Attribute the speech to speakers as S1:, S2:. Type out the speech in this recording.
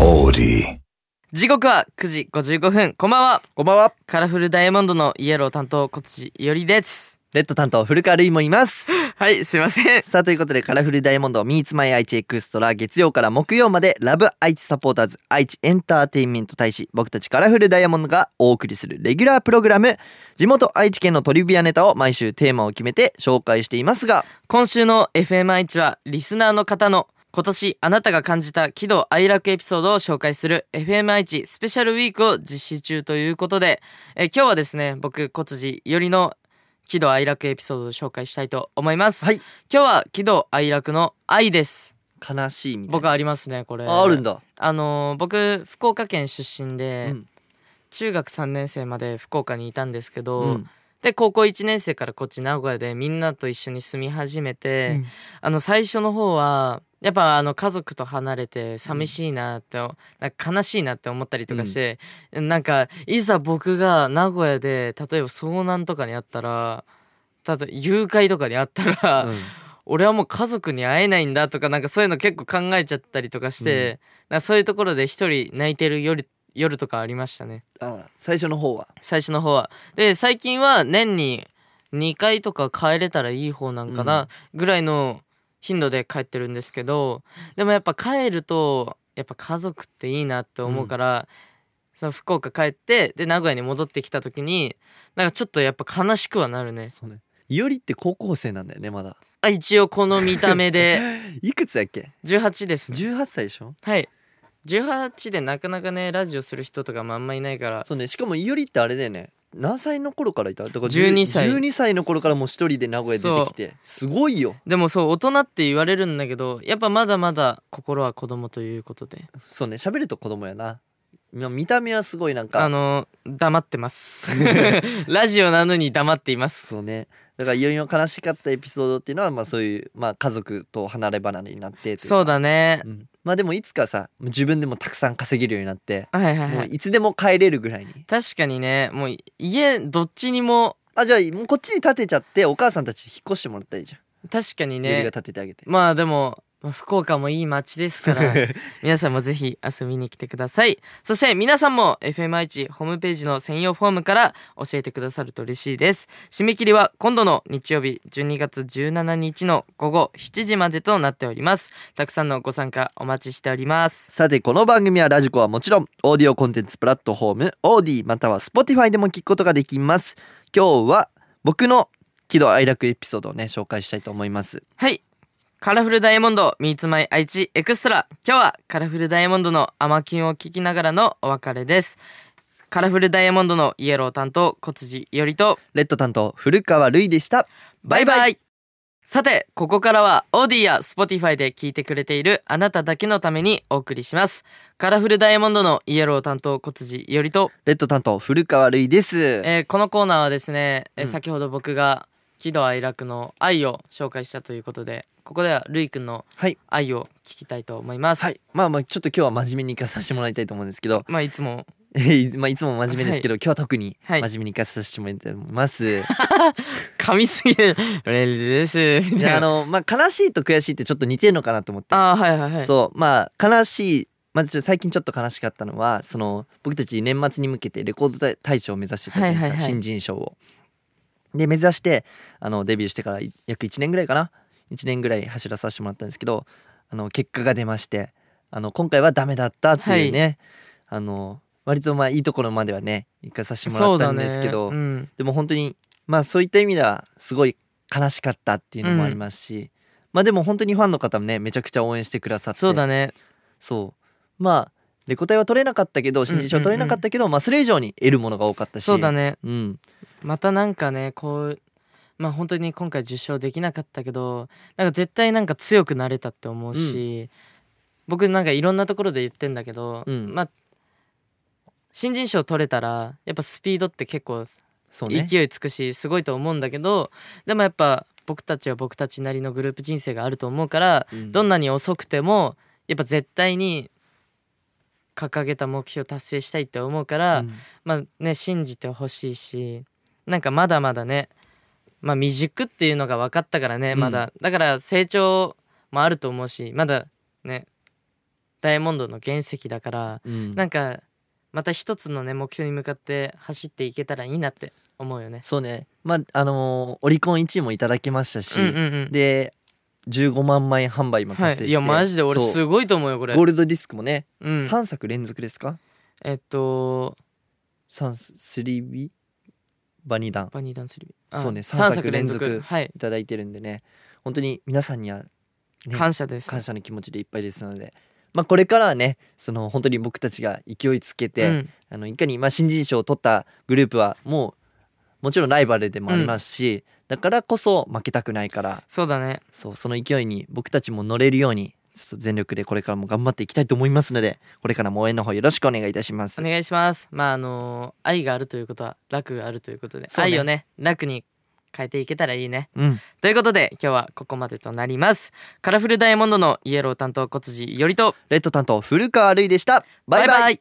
S1: オーデ
S2: 時刻は9時55分こんばんは
S3: こんばんは。
S2: カラフルダイヤモンドのイエロー担当こつちよりです
S3: レッド担当古川るいもいます。
S2: はいすいません
S3: さあということでカラフルダイヤモンド Meets My 愛知エクストラ月曜から木曜までラブ愛知サポーターズ愛知エンターテインメント大使僕たちカラフルダイヤモンドがお送りするレギュラープログラム地元愛知県のトリビアネタを毎週テーマを決めて紹介していますが
S2: 今週の FMI1 はリスナーの方の今年あなたが感じた喜怒哀楽エピソードを紹介する FMI1 スペシャルウィークを実施中ということでえー今日はですね僕こつちよりの喜怒哀楽エピソードを紹介したいと思います、
S3: はい
S2: 今日は喜怒哀楽の愛です
S3: 悲しいみたい
S2: 僕ありますねこれ
S3: な、ああるんだ
S2: あのー僕福岡県出身で、
S3: うん
S2: 中学3年生まで福岡にいたんですけど、
S3: うん
S2: で高校1年生からこっち名古屋でみんなと一緒に住み始めて、
S3: うん
S2: あの最初の方はやっぱあの家族と離れて寂しいなって、なんか悲しいなって思ったりとかして、なんかいざ僕が名古屋で例えば遭難とかにあったら例えば誘拐とかにあったら、
S3: うん
S2: 俺はもう家族に会えないんだとかなんかそういうの結構考えちゃったりとかして、なんかそういうところで一人泣いてる夜夜とかありましたね
S3: あ最初の方は
S2: 最初の方はで最近は年に2回とか帰れたらいい方なんかなぐらいの頻度で帰ってるんですけどでもやっぱ帰るとやっぱ家族っていいなって思うから、その福岡帰ってで名古屋に戻ってきた時になんかちょっとやっぱ悲しくはなるね
S3: そうねいおりって高校生なんだよねまだ
S2: あ一応この見た目で
S3: いくつだっけ
S2: 18ですね
S3: 18歳でしょ
S2: はい18でなかなかねラジオする人とかもあんまいないから
S3: そうねしかもいおりってあれだよね何歳の頃からいただから
S2: 12歳
S3: 12歳の頃からもう一人で名古屋出てきてすごいよ
S2: でもそう大人って言われるんだけどやっぱまだまだ心は子供ということで
S3: そうね喋ると子供やなまあ見た目はすごいなん
S2: あ
S3: か
S2: の黙ってます ラジオなのに黙っています
S3: そうねだからいおりの悲しかったエピソードっていうのはまあそういう、まあ、家族と離れ離れになってというか
S2: そうだね
S3: うんまあでもいつかさ自分でもたくさん稼げるようになって
S2: はいはい
S3: も
S2: は
S3: う
S2: い
S3: いつでも帰れるぐらいに
S2: 確かにねもう家どっちにも
S3: あじゃあもうこっちに建てちゃってお母さんたち引っ越してもらったらいいじゃん
S2: 確かに
S3: いおりが
S2: ね
S3: 建ててあげて
S2: まあでもまあ福岡もいい街ですから皆さんもぜひ遊びに来てくださいそして皆さんも FMI1 ホームページの専用フォームから教えてくださると嬉しいです締め切りは今度の日曜日12月17日の午後7時までとなっておりますたくさんのご参加お待ちしております
S3: さてこの番組はラジコはもちろんオーディオコンテンツプラットフォームオーディまたは Spotify でも聞くことができます今日は僕の喜怒哀楽エピソードをね紹介したいと思います
S2: はいカラフルダイヤモンド Meets My 愛知エクストラ今日はカラフルダイヤモンドのアマキンを聞きながらのお別れですカラフルダイヤモンドのイエロー担当小辻よりと
S3: レッド担当古川るいでした
S2: バイバイさて、ここからは、オーディや Spotify で聞いてくれているあなただけのためにお送りします。カラフルダイヤモンドのイエロー担当、小辻よりと、
S3: レッド担当古川るいです
S2: えーこのコーナーはですね、えー
S3: うん
S2: 先ほど僕が喜怒哀楽の愛を紹介したということで、ここではルイくんの
S3: はい
S2: 愛を聞きたいと思います。
S3: はいまあまあちょっと今日は真面目に行かさせてもらいたいと思うんですけど、
S2: まあ、いつも、
S3: えーまあ、いつも真面目ですけど、今日は特に
S2: はい
S3: 真面目に行かさせてもらいたいと思います、
S2: 噛みすぎる、レルです、み
S3: で
S2: た
S3: あ
S2: いな。
S3: のまあ悲しいと悔しいってちょっと似てるのかなと思って
S2: ああー、はいはいはい。
S3: そうまあ悲しいまずちょっと最近ちょっと悲しかったのはその僕たち年末に向けてレコード大大賞を目指してたじゃないです
S2: は
S3: か、
S2: いはいはい
S3: 新人賞を。で目指してあのデビューしてからい約1年ぐらいかな1年ぐらい走らさせてもらったんですけどあの結果が出ましてあの今回はダメだったっていうね、あの割とまあいいところまではね行かさせてもら
S2: そ
S3: っ
S2: うだ
S3: た
S2: ね
S3: んですけど、
S2: うん。
S3: でも本当にまあそういった意味ではすごい悲しかったっていうのもありますし、まあでも本当にファンの方もねめちゃくちゃ応援してくださって
S2: そうだね。
S3: そうまあレコ大は取れなかったけど新人賞は取れなかったけど、まあそれ以上に得るものが多かったし
S2: そうだね。
S3: うん
S2: またなんかねこうまあ本当に今回受賞できなかったけどなんか絶対なんか強くなれたって思うし、僕なんかいろんなところで言ってんだけど、
S3: うん
S2: まあ新人賞取れたらやっぱスピードって結構
S3: そうね
S2: 勢いつくしすごいと思うんだけど、でもやっぱ僕たちは僕たちなりのグループ人生があると思うから、
S3: うん
S2: どんなに遅くてもやっぱ絶対に掲げた目標達成したいって思うから、
S3: うん
S2: まあね信じてほしいしなんかまだまだねまあ未熟っていうのが分かったからね
S3: うん
S2: まだ、だから成長もあると思うしまだねダイヤモンドの原石だから
S3: うん
S2: なんかまた一つのね目標に向かって走っていけたらいいなって思うよね。
S3: そうねまああのーオリコン1位もいただきましたし、
S2: うんうんうん、
S3: で15万枚販売も
S2: は
S3: 達成して、
S2: い、いやマジで俺
S3: そう
S2: すごいと思うよこれ。
S3: ゴールドディスクもね、
S2: うん、
S3: 3作連続ですか
S2: えっと
S3: ?3B バニダン
S2: バニーダンスリーあ
S3: そうね
S2: 三
S3: 三作連続
S2: はい、
S3: いただいてるんでね本当に皆さんには、ね、
S2: 感謝です。
S3: 感謝の気持ちでいっぱいですので、まあ、これからはねその本当に僕たちが勢いつけて、
S2: うん
S3: あのいかに、まあ、新人賞を取ったグループはもうもちろんライバルでもありますし、だからこそ負けたくないから
S2: そうだね。
S3: そうその勢いに僕たちも乗れるようにちょっと全力でこれからも頑張っていきたいと思いますのでこれからも応援の方よろしくお願いいたします
S2: お。願いします。まああのー愛があるということは楽があるということで、
S3: そうね
S2: 愛をね楽に変えていけたらいいね。
S3: うん、
S2: ということで今日はここまでとなります。カラフルダイヤモンドのイエロー担当小辻よりと
S3: レッド担当古川瑠衣でしたバイバイ
S2: イ